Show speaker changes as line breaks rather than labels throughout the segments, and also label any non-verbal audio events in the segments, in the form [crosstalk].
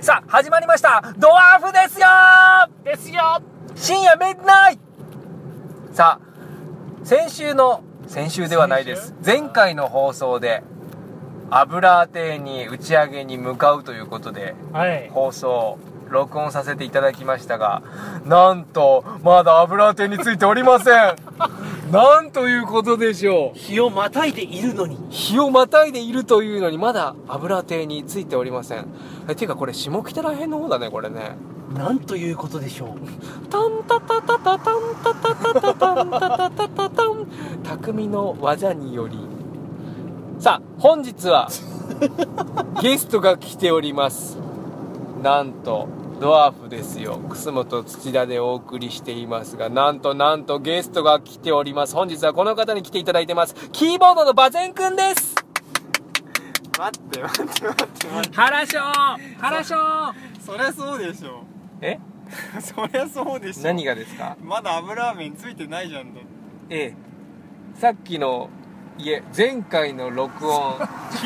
さあ、始まりましたドワーフですよ
ですよ
深夜メイナイさあ、先週の、先週ではないです。
先週
前回の放送で、油亭に打ち上げに向かうということで、
はい
放送、録音させていただきましたが、なんと、まだ油亭についておりませ
[laughs]
んなんということでしょう
日をまたいでいるのに
日をまたいでいるというのにまだ油亭についておりませんえていうかこれ下北ら辺の方だねこれね
なんということでしょ
タンタタタタタンタタタタタンタタタタタン匠の技によりさあ本日はゲストが来ておりますなんとドワーフですよ楠本土田でお送りしていますがなんとなんとゲストが来ております本日はこの方に来ていただいてますキーボードのバゼンくんです
待って待って待って待って
原翔原翔
そりゃそうでしょ [laughs]
え
そりゃそうでしょ
何がですか
まだ油ラーメンついてないじゃんだ
ええさっきのいえ前回の録音さっき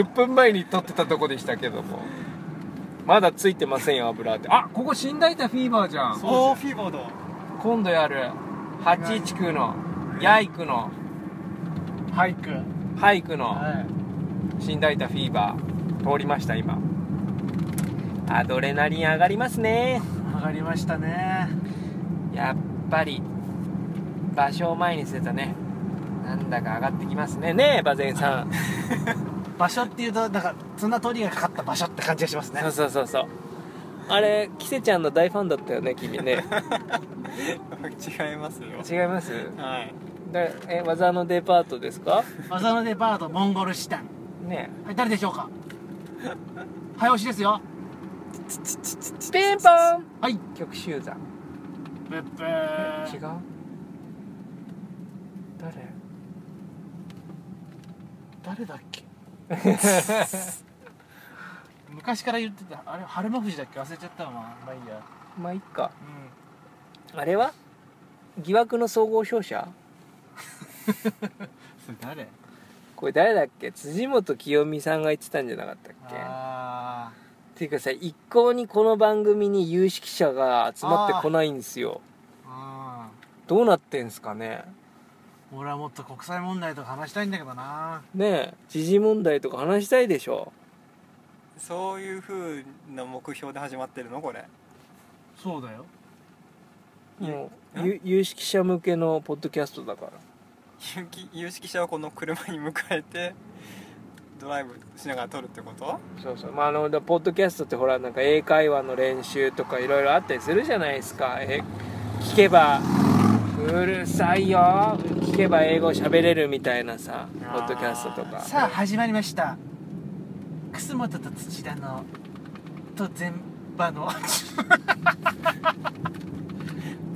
10分前に撮ってたとこでしたけどもまだついてませんよ油ってあここ新大田フィーバーじゃん
おーフィーボード
今度やる819の八重区の
う俳句
ハイクの
は
新大田フィーバー通りました今アドレナリン上がりますね
い上がりましたね
やっぱり場所を前に捨てたねなんだか上がってきますねねえバゼンさん
場所っていうとなんか綱取りがかかった場所って感じがしますね
そうそうそうそうあれキセちゃんの大ファンだったよね君ね
違いますよ
[laughs] 違います
はい
だえ技のデパートですか
技のデパートモンゴル支店
ね
はい誰でしょう
[laughs]
か早押しですよ
えピンポン
はい
曲集団
ブッブ
違う
ー
誰
誰だっけ [laughs] 昔から言ってたあれ春馬富士だっけ忘れちゃったわまあいいや
まあいっか
う
あれは疑惑の総合商社
んそれ誰
これ誰だっけ辻元清美さんが言ってたんじゃなかったっけ
ああ
っていうかさ一向にこの番組に有識者が集まってこないんですよ
う
どうなってんすかね
ん俺はもっと国際問題とか話したいんだけどな
ねえ時事問題とか話したいでしょ
そういう風な目標で始まってるのこれ [laughs]
そうだよ
もうゆ有識者向けのポッドキャストだから
有機有識者をこの車に迎えてドライブしながら撮るってこと
そうそうまああのだポッドキャストってほらなんか英会話の練習とかいろいろあったりするじゃないですかえ聞けばうるさいよ聞けば英語喋れるみたいなさポッドキャストとか
さあ始まりました楠本と土田のと全場の [laughs]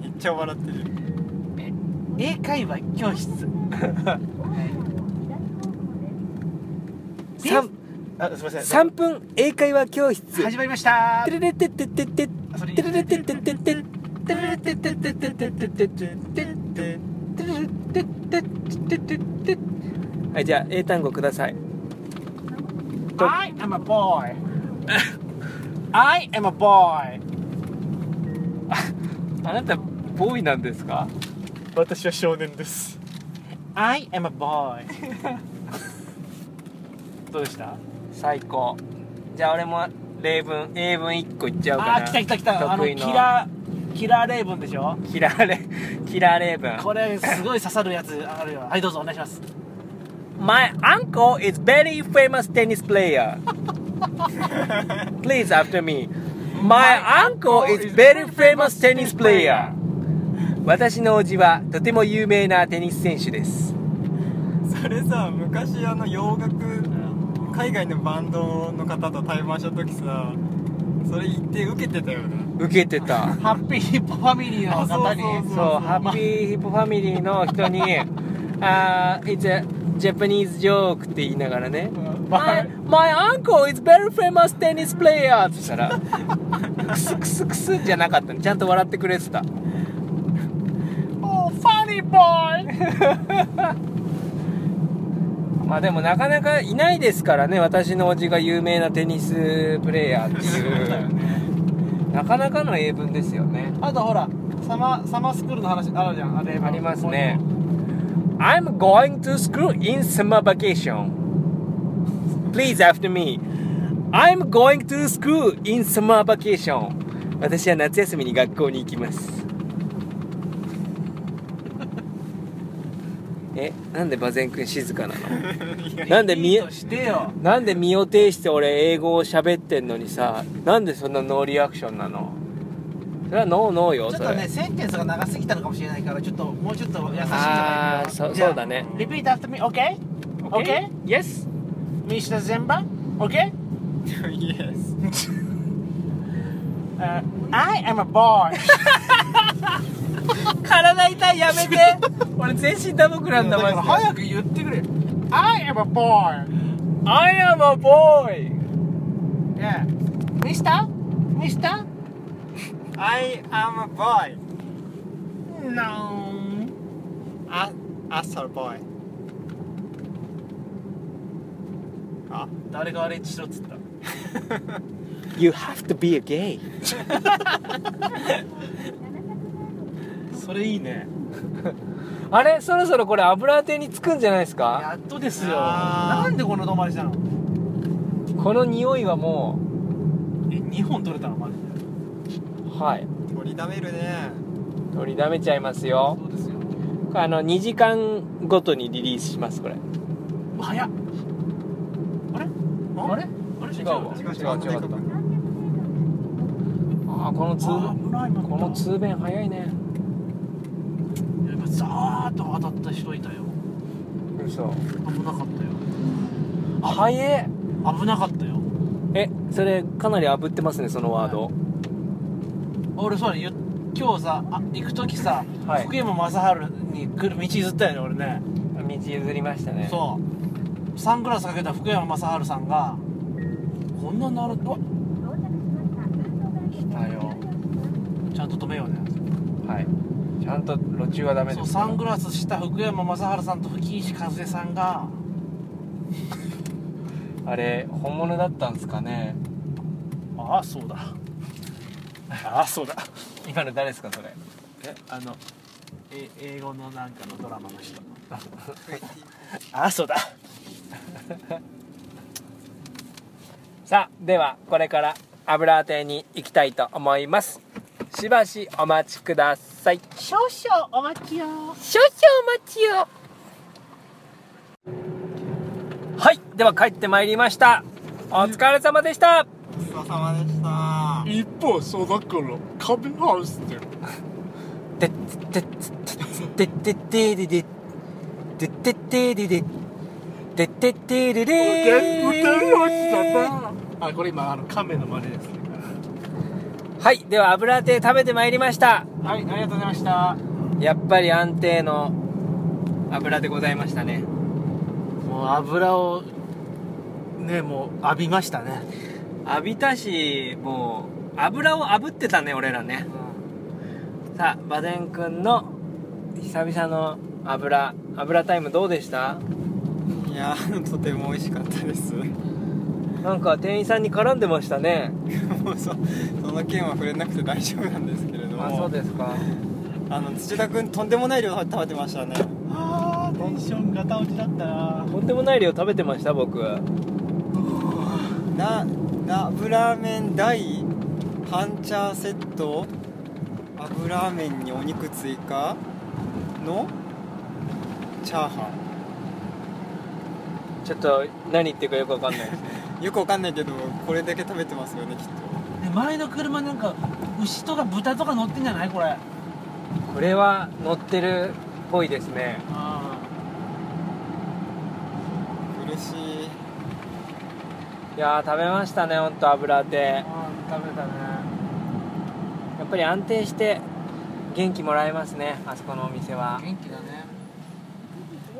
めっちゃ笑ってる
英会話教室
さん
あすいませ
3分英会話教室
始まりました
テレレテテテテ
それ
テレレテテテテテレレテテテテテテテテ
で
はいじゃあ英単語ください
I am a boy I am a boy
あなたボーイなんですか
私は少年です I am a boy [laughs] どうでした
最高じゃあ俺も例文英文1個いっちゃうかな
あー来た来た来たあの
得意
キ
の
ラーキラーレイブンでしょ
キラーレ [laughs] キラー例文
これすごい刺さるやつあるよはいどうぞお願いします
My uncle is very famous tennis player Please after me My uncle is very famous tennis player 私のおじはとても有名なテニス選手です
それさ昔あの洋楽海外のバンドの方と対バンした時さそれ言って受けてたよね [laughs]
受けてた
ハッピーヒップファミリーの方に
あそうそう
そう、ハッピーヒップファミリーの人に、
[laughs]
あー、it's a Japanese joke って言いながらね、My, my uncle is very famous tennis player ってしたら、クスクスクスじゃなかったの。ちゃんと笑ってくれてた。
Oh funny boy
[laughs] まあでもなかなかいないですからね私の叔父が有名なテニスプレーヤーっていう
ね
[laughs]
なかなかの英文ですよね
あとほらサマサマースクールの話あるじゃんあれ
ありますね I'm going to school in summer vacation Please after me I'm going to school in summer vacation 私は夏休みに学校に行きます [laughs] えなんで馬前くん静かなのなんで見
見
え
えとしてよ
なんで身を挺して俺英語を喋ってんのにさなんでそんなノーリアクションなのそれはノーノーよ
ちょっ
そ
とね
れ
センテンスが長すぎたのかもしれないからちょっともうちょっと優しいんじゃない
ああそ
じゃあ
そうだね
Repeat after me OK? OK?
Yes
Mr. Zemba OK?
yes.
Uh, I am a boy [laughs] 体痛いやめて
俺全身打撲なんだ
だ
マ
か
ジ
ら
で
早く言ってくれ I am a boy
I am a boy
Yeah Mr? Mr?
I am a boy.
No
A asshole boy. あ
誰があれしろっつった
You have to be a gay
それいいね
あれそろそろこれ油当てにつくんじゃないですか
やっとですよ
あー。
なんでこんな止まりしたの
この匂いはも
え2本取れたのマジで
うはいう
取りためるね。
取りだめちゃいますよ
そうですよ
あの2時間ごとにリリースしますこれ
早っあれあれあれ
違うわ
違
違
う
う
違
違
う
うああこの通
あ危ない
この
つ
通便早いね
やっぱザーッと当たった人いたよ
嘘
危なかった
早え
よ危なかったよ
えそれかなり炙ってますねそのワード
俺そうだよ今日さあ行く時さ、
はい
福山雅治に来る道譲ったよね俺ね
道譲りましたね
そうサングラスかけた福山雅治さんがこんなになるうわ
来たよ
ちゃんと止めようね
はいちゃんと路中はダメ
そ
で
う
す
サングラスした福山雅治さんと吹石和恵さんが
あれ本物だったんですかね
ああそうだああそうだ
今の誰ですかそれ
えあのえ英語のなんかのドラマの
[laughs]
人ああそうだ
さあではこれから油当てに行きたいと思いますしばしお待ちください
少々お待ち
少
を
々お待ちをはいでは帰ってまいりましたお疲れ様でした
ごちそうさまでした。
一方そうだから壁ハウスって
てってってってってってででてってででてってってでで
あこれ今あの亀の真似です
はいでは油手食べてまいりました
はいありがとうございました
やっぱり安定の油でございましたね
もう油をねもう浴びましたね、
浴びたしもう油を炙ってたね俺らねさあバデンくんの久々の油油タイムどうでした
いやーとても美味しかったです。 [laughs] も
なんか店員さんに絡んでましたね
うそその件は触れなくて大丈夫なんですけれども。
あそうですか
あの土田くんとんでもない量食べてましたね。
ああテンションガタ落ちだったな
とんでもない量食べてました僕
ななブラーメン大半チャーセット油麺にお肉追加のチャーハ
ちょっと何言ってるかよくわかんないです
ンよくわかんないけどこれだけ食べてますよねき
で
っ
前の車なんか牛とか豚とか乗ってんじゃないこれ
[laughs] これは乗ってるっぽいですね
あ
と嬉しい
いやー食べましたねほんと油揚げ
あ食べたね
やっぱり安定して元気もらえますねあそこのお店は
元気だね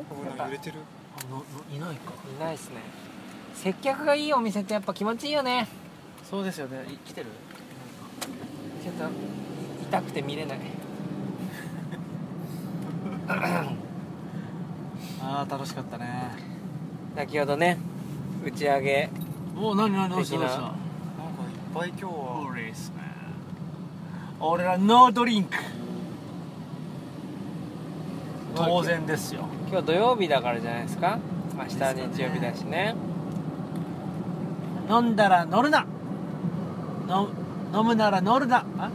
ほら揺れてる
あののいないか
いないですね接客がいいお店ってやっぱ気持ちいいよね
そうですよねい来てる
ちょっと痛くて見れない
ああ楽しかったね
先ほどね打ち上げ
おお何何どうしたどうし
的な
た
なんかいっぱい今日は
俺ですね俺らノードリンク当然ですよ
今日土曜日だからじゃないですか明日日曜日だしね
飲んだら乗るなの飲むなら乗るなあ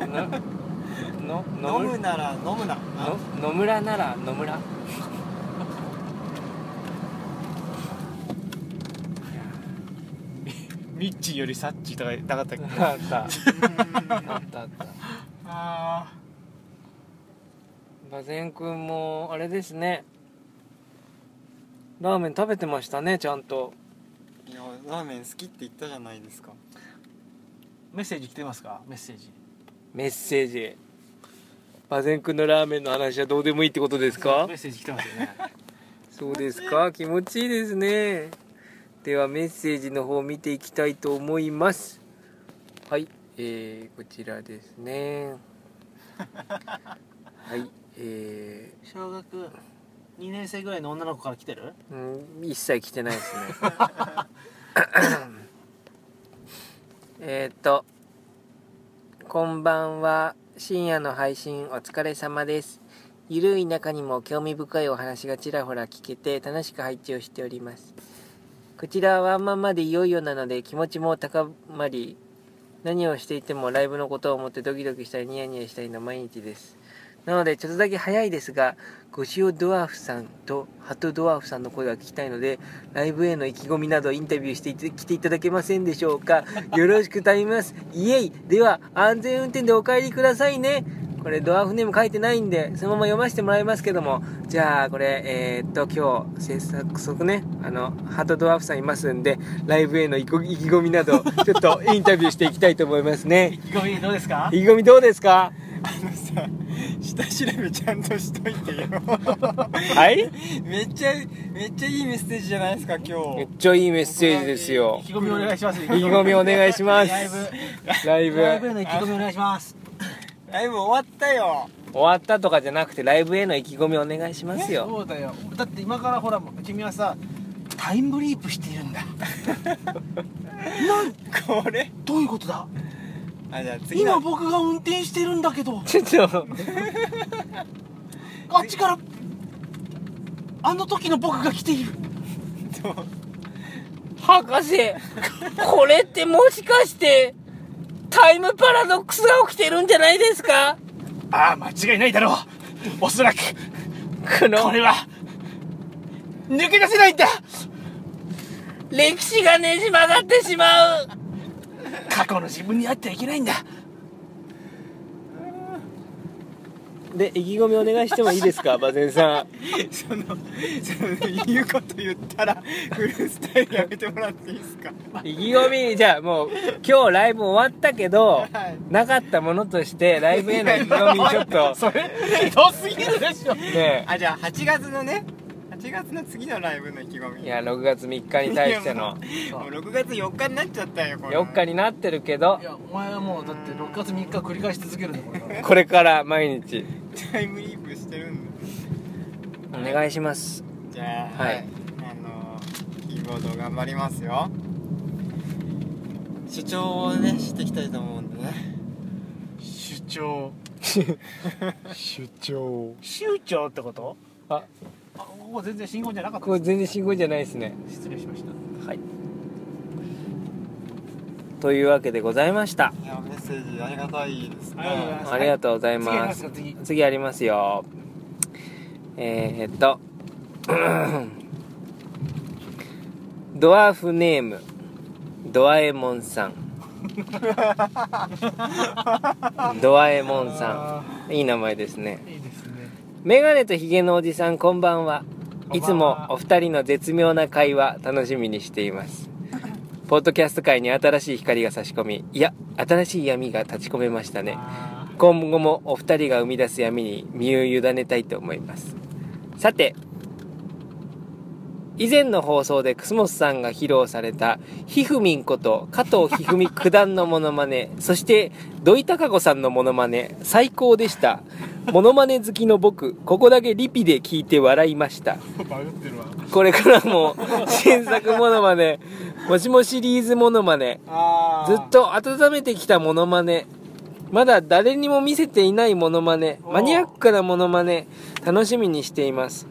のの
飲むなら飲むなあ
の野村なら野村いや
ミッチーよりサッチーとかなかったっけ
あったあ
うん
ったあった
あ
馬前くんもあれですねラーメン食べてましたねちゃんと
いやラーメン好きって言ったじゃないですか
メッセージ来てますかメッセージ
メッセージ馬前くんのラーメンの話はどうでもいいってことですか
メッセージ来てますよね
[laughs] そうですか気持ちいいですねではメッセージの方を見ていきたいと思いますはい、えー、こちらですね [laughs] はいえ
[laughs] 小学2年生ぐらいの女の子から来てる
ー、うん一切来てないですねえーっとこんばんは深夜の配信お疲れ様ですゆるい中にも興味深いお話がちらほら聞けて楽しく配置をしておりますこちらはワンマンまでいよいよなので気持ちも高まり何をしていてもライブのことを思ってドキドキしたりニヤニヤしたりの毎日ですなのでちょっとだけ早いですがゴシオドワーフさんとハトドワーフさんの声が聞きたいのでライブへの意気込みなどインタビューしていて来ていただけませんでしょうかよろしく頼みますイエイでは安全運転でお帰りくださいねこれドワーフネーム書いてないんでそのまま読ませてもらいますけどもじゃあこれえーっと今日制作速ねあのハトドワーフさんいますんでライブへの意気意気込みなどちょっとインタビューしていきたいと思います
意
ね
気込みどうですか
意気込みどうですか
あのさ下調べちゃんとしといてよ [laughs]
はい
めっちゃめっちゃいいメッセージじゃないですか今
め
日
っちゃいいメッセージですよ
意気込みお願いします [laughs] 意
意気込みお願いします
ライブ
ライブ
ライブへの意気込みお願いします
ライブ終わったよ
終わったとかじゃなくてライブへの意気込みお願いしますよ
そうだよだって今からほら君はさタイムリープしているんだなん
これ
どういうことだ
あじゃあ次
今
の
僕が運転してるんだけど
ちょっと
あっちからあの時の僕が来ている
博士これってもしかしてタイムパラドックスが起きてるんじゃないですか
ああ間違いないだろうおそらく
この
は抜け出せないんだ
歴史がねじ曲がってしまう
過去の自分に会ってはいけないんだ
で意気込みお願いしてもいいです [laughs] か馬前さん
[laughs] そのその言うこと言ったらフルスタイルやめてもらっていいですか
意気込みじゃあもう今日ライブ終わったけど、
はい
なかったものとしてライブへの意気込みちょっ [laughs] と
それひどすぎるでしょ
ね
あじゃあ8月のね8月の次のライブの意気込み
いや6月3日に対しての
いや [laughs] もうもう6月4日になっちゃったよこれ
4日になってるけど
いやお前はもうだって6月3日繰り返し続けるんだこれから
これから毎日
タイムリープしてるんだ
お願いします
じゃあ
はい
あのキーボード頑張りますよ主張をねしていきたいと思うんでね
主張主張
州長ってこと
あ
あここ全然信号じゃなかった
これ全然信号じゃないですね
失礼しました
はいというわけでございました
いやメッセージありがたいですね
ありがとうございま
あ
す
りがとうござい
次やり
ま
ます
す
か次
次ありますよえー、っと [coughs] ドワーフネームドアエモンさんドアエモンさんいい名前ですね
いいですね
メガネとヒゲのおじさんこんばんは
こんばんはい
つもお二人の絶妙な会話楽しみにしてい
[laughs]
ますポッドキャスト界に新しい光が差し込みいや新しい闇が立ち込めましたね
あ
今後もお二人が生み出す闇に身を委ねたいと思いますさて以前の放送で楠本さんが披露されたひふみんこと加藤ひふみ九段のモノマネそして土井孝子さんのモノマネ最高でしたモノマネ好きの僕ここだけリピで聞いて笑いました
[laughs] バグってるわ
これからも新作モノマネもしもシリーズモノマネ
あ
ずっと温めてきたモノマネまだ誰にも見せていないモノマネ
おう
マニアックなモノマネ楽しみにしています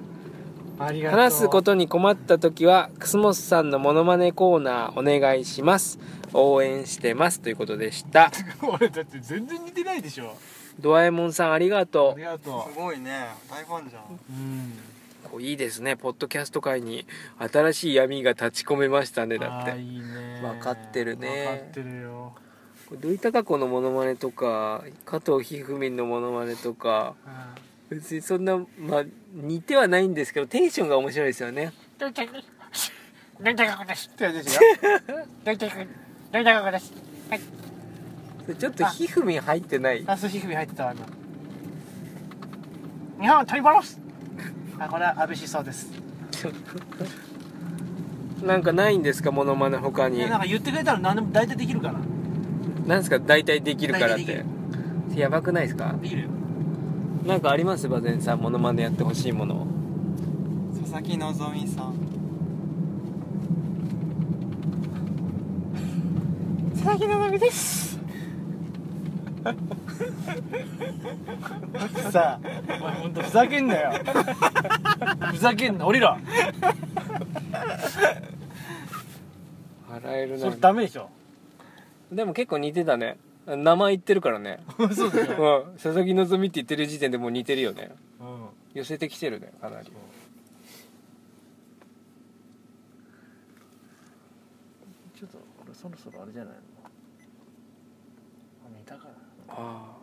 ありがとう
話すことに困った時は楠本さんのモノマネコーナーお願いします応援してますということでした
[laughs] 俺だって全然似てないでしょ
ドラえもんさんありが
あ
と
りがと
すごいね大ファンじゃん
ううん
うこういいですねポッドキャスト界に新しい闇が立ち込めましたねだっ
あー
て
いいね
わかってるね
わかってるよ
これ土井孝子のモノマネとか加藤一二三のモノマネとか別にそんなまあ似てはないんですけどテンションが面白いですよね
どいたくどいたかこです
違う違う違う
どいたくどいたかこですはい
それちょっと一二三入ってない
あ寿司組入ってたわ今
日本を取り戻す
あこれは安倍思想です
なんかないんですかモノマネ他
い
に
やなんか言ってくれたら何でも大体できるから
なんですか大体できるからっ
大体
て
で
やばくないですか
できるよ
なんかありますバゼンさんモノマネやってほしいもの
佐々木希さん
佐々木のみです
[laughs] さあお前ほんとふざけんなよふざけんな降りろ
洗える
それ
な
ダメでしょ
でも結構似てたね名前言ってるからね
そうでし
うん
ょ、
佐々木希って言ってる時点でもう似てるよね
うん
寄せてきてるねかなり
ちょっと俺そろそろあれじゃないの見たかな
ああ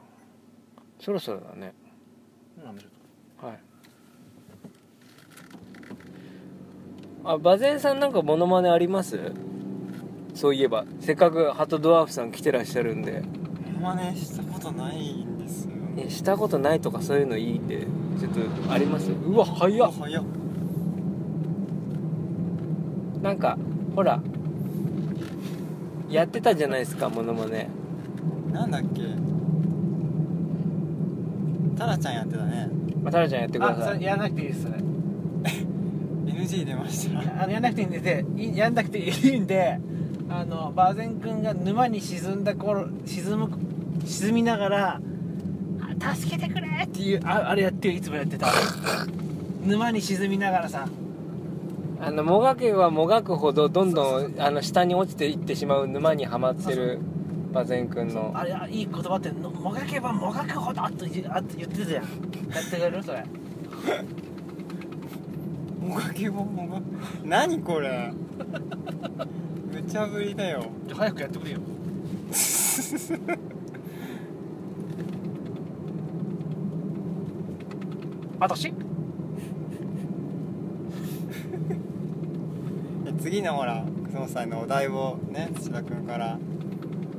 そろそろだね
なんでちょっと
はいあ馬前さんなんかモノマネありますそういえばせっかくハトドワーフさん来てらっしゃるんで
モノマネしたことないんですよ
えしたことないとかそういうのいいんでちょっとありますうわ
い
早っ
早っ
なんかほらやってたじゃないですかモノマネ
なんだっけタラちゃんやってたね
まあタラちゃんやってくだ
あそ
さ
れ
い
やらなくていいですそれ
NG 出ました
あのやらなくていいんででいやんなくていいんであのバーゼン君が沼に沈んだ頃沈む沈みながらあ「助けてくれ!」っていうああれやってよいつもやってた沼に沈みながらさ
あのもがけばもがくほどどんどんあの下に落ちていってしまう沼にはまってる馬前くんの
あれいい言葉ってのもがけばもがくほどと言うあ言ってたじゃんやってくれるそれ
もがけぼもが何これ [laughs] 無茶ぶりだよ
じゃあ早くやって [laughs] くれよ
私
え次のほら楠本さんのお題をね土田君から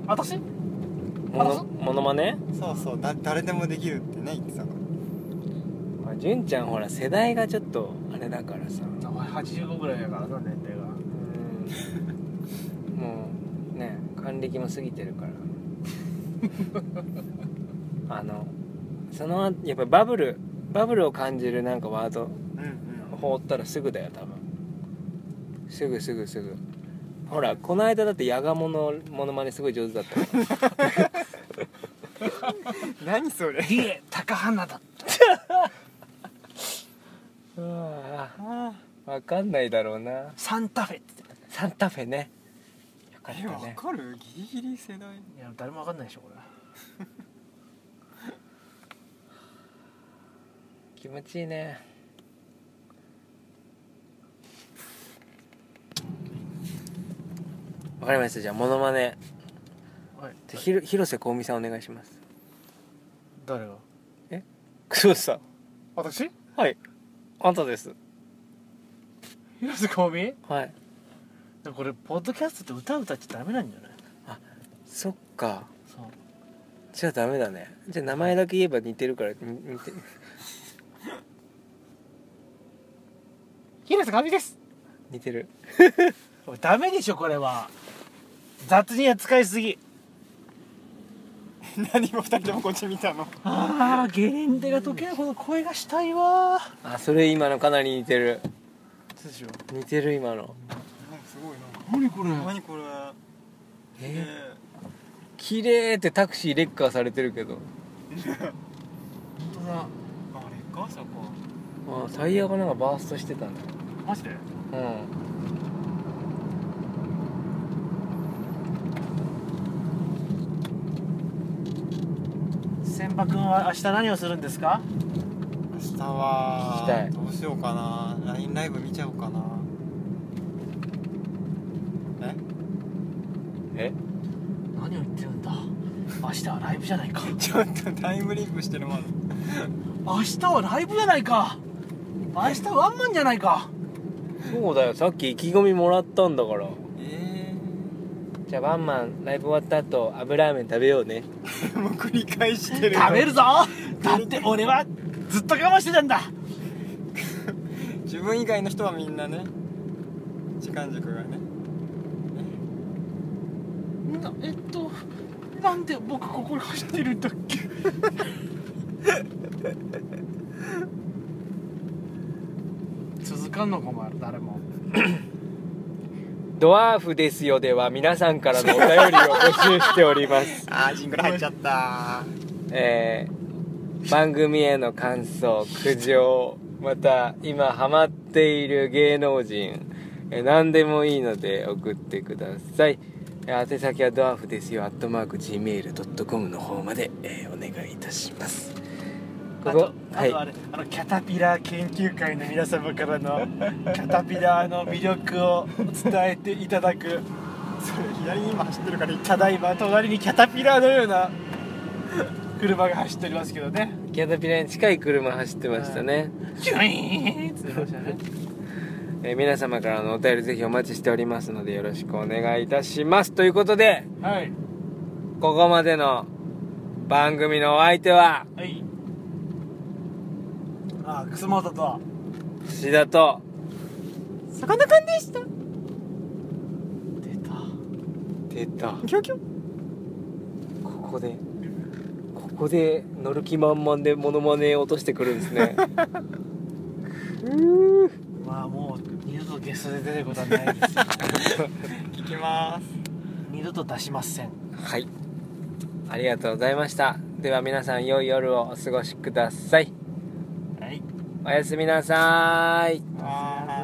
私
ものモノマネ
そうそうだ誰でもできるってね言ってたの
まあ、純ちゃんほら世代がちょっとあれだからさ
お前85ぐらいだからな年齢が
うんもうね還暦も過ぎてる [laughs] からあのその後やっぱバブルバブルを感じるなんかワード
うんうん
放ったらすぐだよ多分すぐすぐすぐほらこの間だってヤガモのモノマネすごい上手だったから
何それ
リエ高花だ
うわ
あ
ぁわかんないだろうな
サンタフェって
サンタフェねよか
ー
っ
えわ
たね
かるギリギリ世代 [laughs]
いや誰もわかんないでしょこれ
気持ちいいねわかりましたじゃあモノマネ
はい
じゃあひろ広瀬香美さんお願いします
誰が
楠本さん
私
はいあんたです
広瀬香美
はい
でもこれポッドキャストって歌歌っちゃダメなんじゃない
そっか
そう
じゃあダメだねじゃあ名前だけ言えば似てるからに似て
広瀬香美です
似てる
おいダメでしょこれは雑に扱いすぎ
何も二人ともこっち見たの
ああゲレンデが溶けるほど声がしたいわ
あそれ今のかなり似てる
でしょ
似てる今の
なんかすごいな
何これ
何これ
え
え
綺麗ってタクシーレッカーされてるけど
当だ
ー、あれかそこ
あタイヤがなんかバーストしてたんだ
マジで
うん
千葉君は明日何をするんですか
明日は
聞きたい
どうしようかな LINE ライブ見ちゃおうかなえ [laughs]
え
何を言ってるんだ明日はライブじゃないか
ちょっとタイムリープしてるまだ
明日はライブじゃないか明日ワンマンじゃないか
そうだよさっき意気込みもらったんだから
え
じゃあワンマンライブ終わった後油ラーメン食べようね
え [laughs] ー、もう繰り返してるよ
食べるぞだって俺はずっと我慢してたんだ
自分以外の人はみんなね時間軸がね
なえっとなんで僕ここに走ってるんだっけ [laughs] 続かんのかお前ら誰も
ドワーフですよでは皆さんからのお便りを募集しております
あージングル入っちゃった
[laughs] えー番組への感想苦情また今ハマっている芸能人、えー何でもいいので送ってくださいえー宛先はドワーフですよアットマーク Gmail.com の方まで、えーお願いいたしますこ
あと
こ
あとあれ、あのキャタピラー研究会の皆様から
[laughs]
のキャタピラーの魅力を伝えていただく
それ左に今走ってるから
ただいま隣にキャタピラーのような車が走っておりますけどね
キャタピラに近い車走ってましたね、
キュイーンって言ってましたね
えー皆様からのお便りぜひお待ちしておりますのでよろしくお願いいたしますということで
はい
ここまでの番組のお相手は
はいあ楠本と
串田と
さかなクンでした出た
出た
キョキョ
ここでここで乗る気満々でモノマネを落としてくるんです
[laughs]
ね
まあもう二度とゲストで出ることはないです
行きます
二度と出しません
はいありがとうございましたでは皆さん良い夜をお過ごしください
はい
おやすみなさーい
あー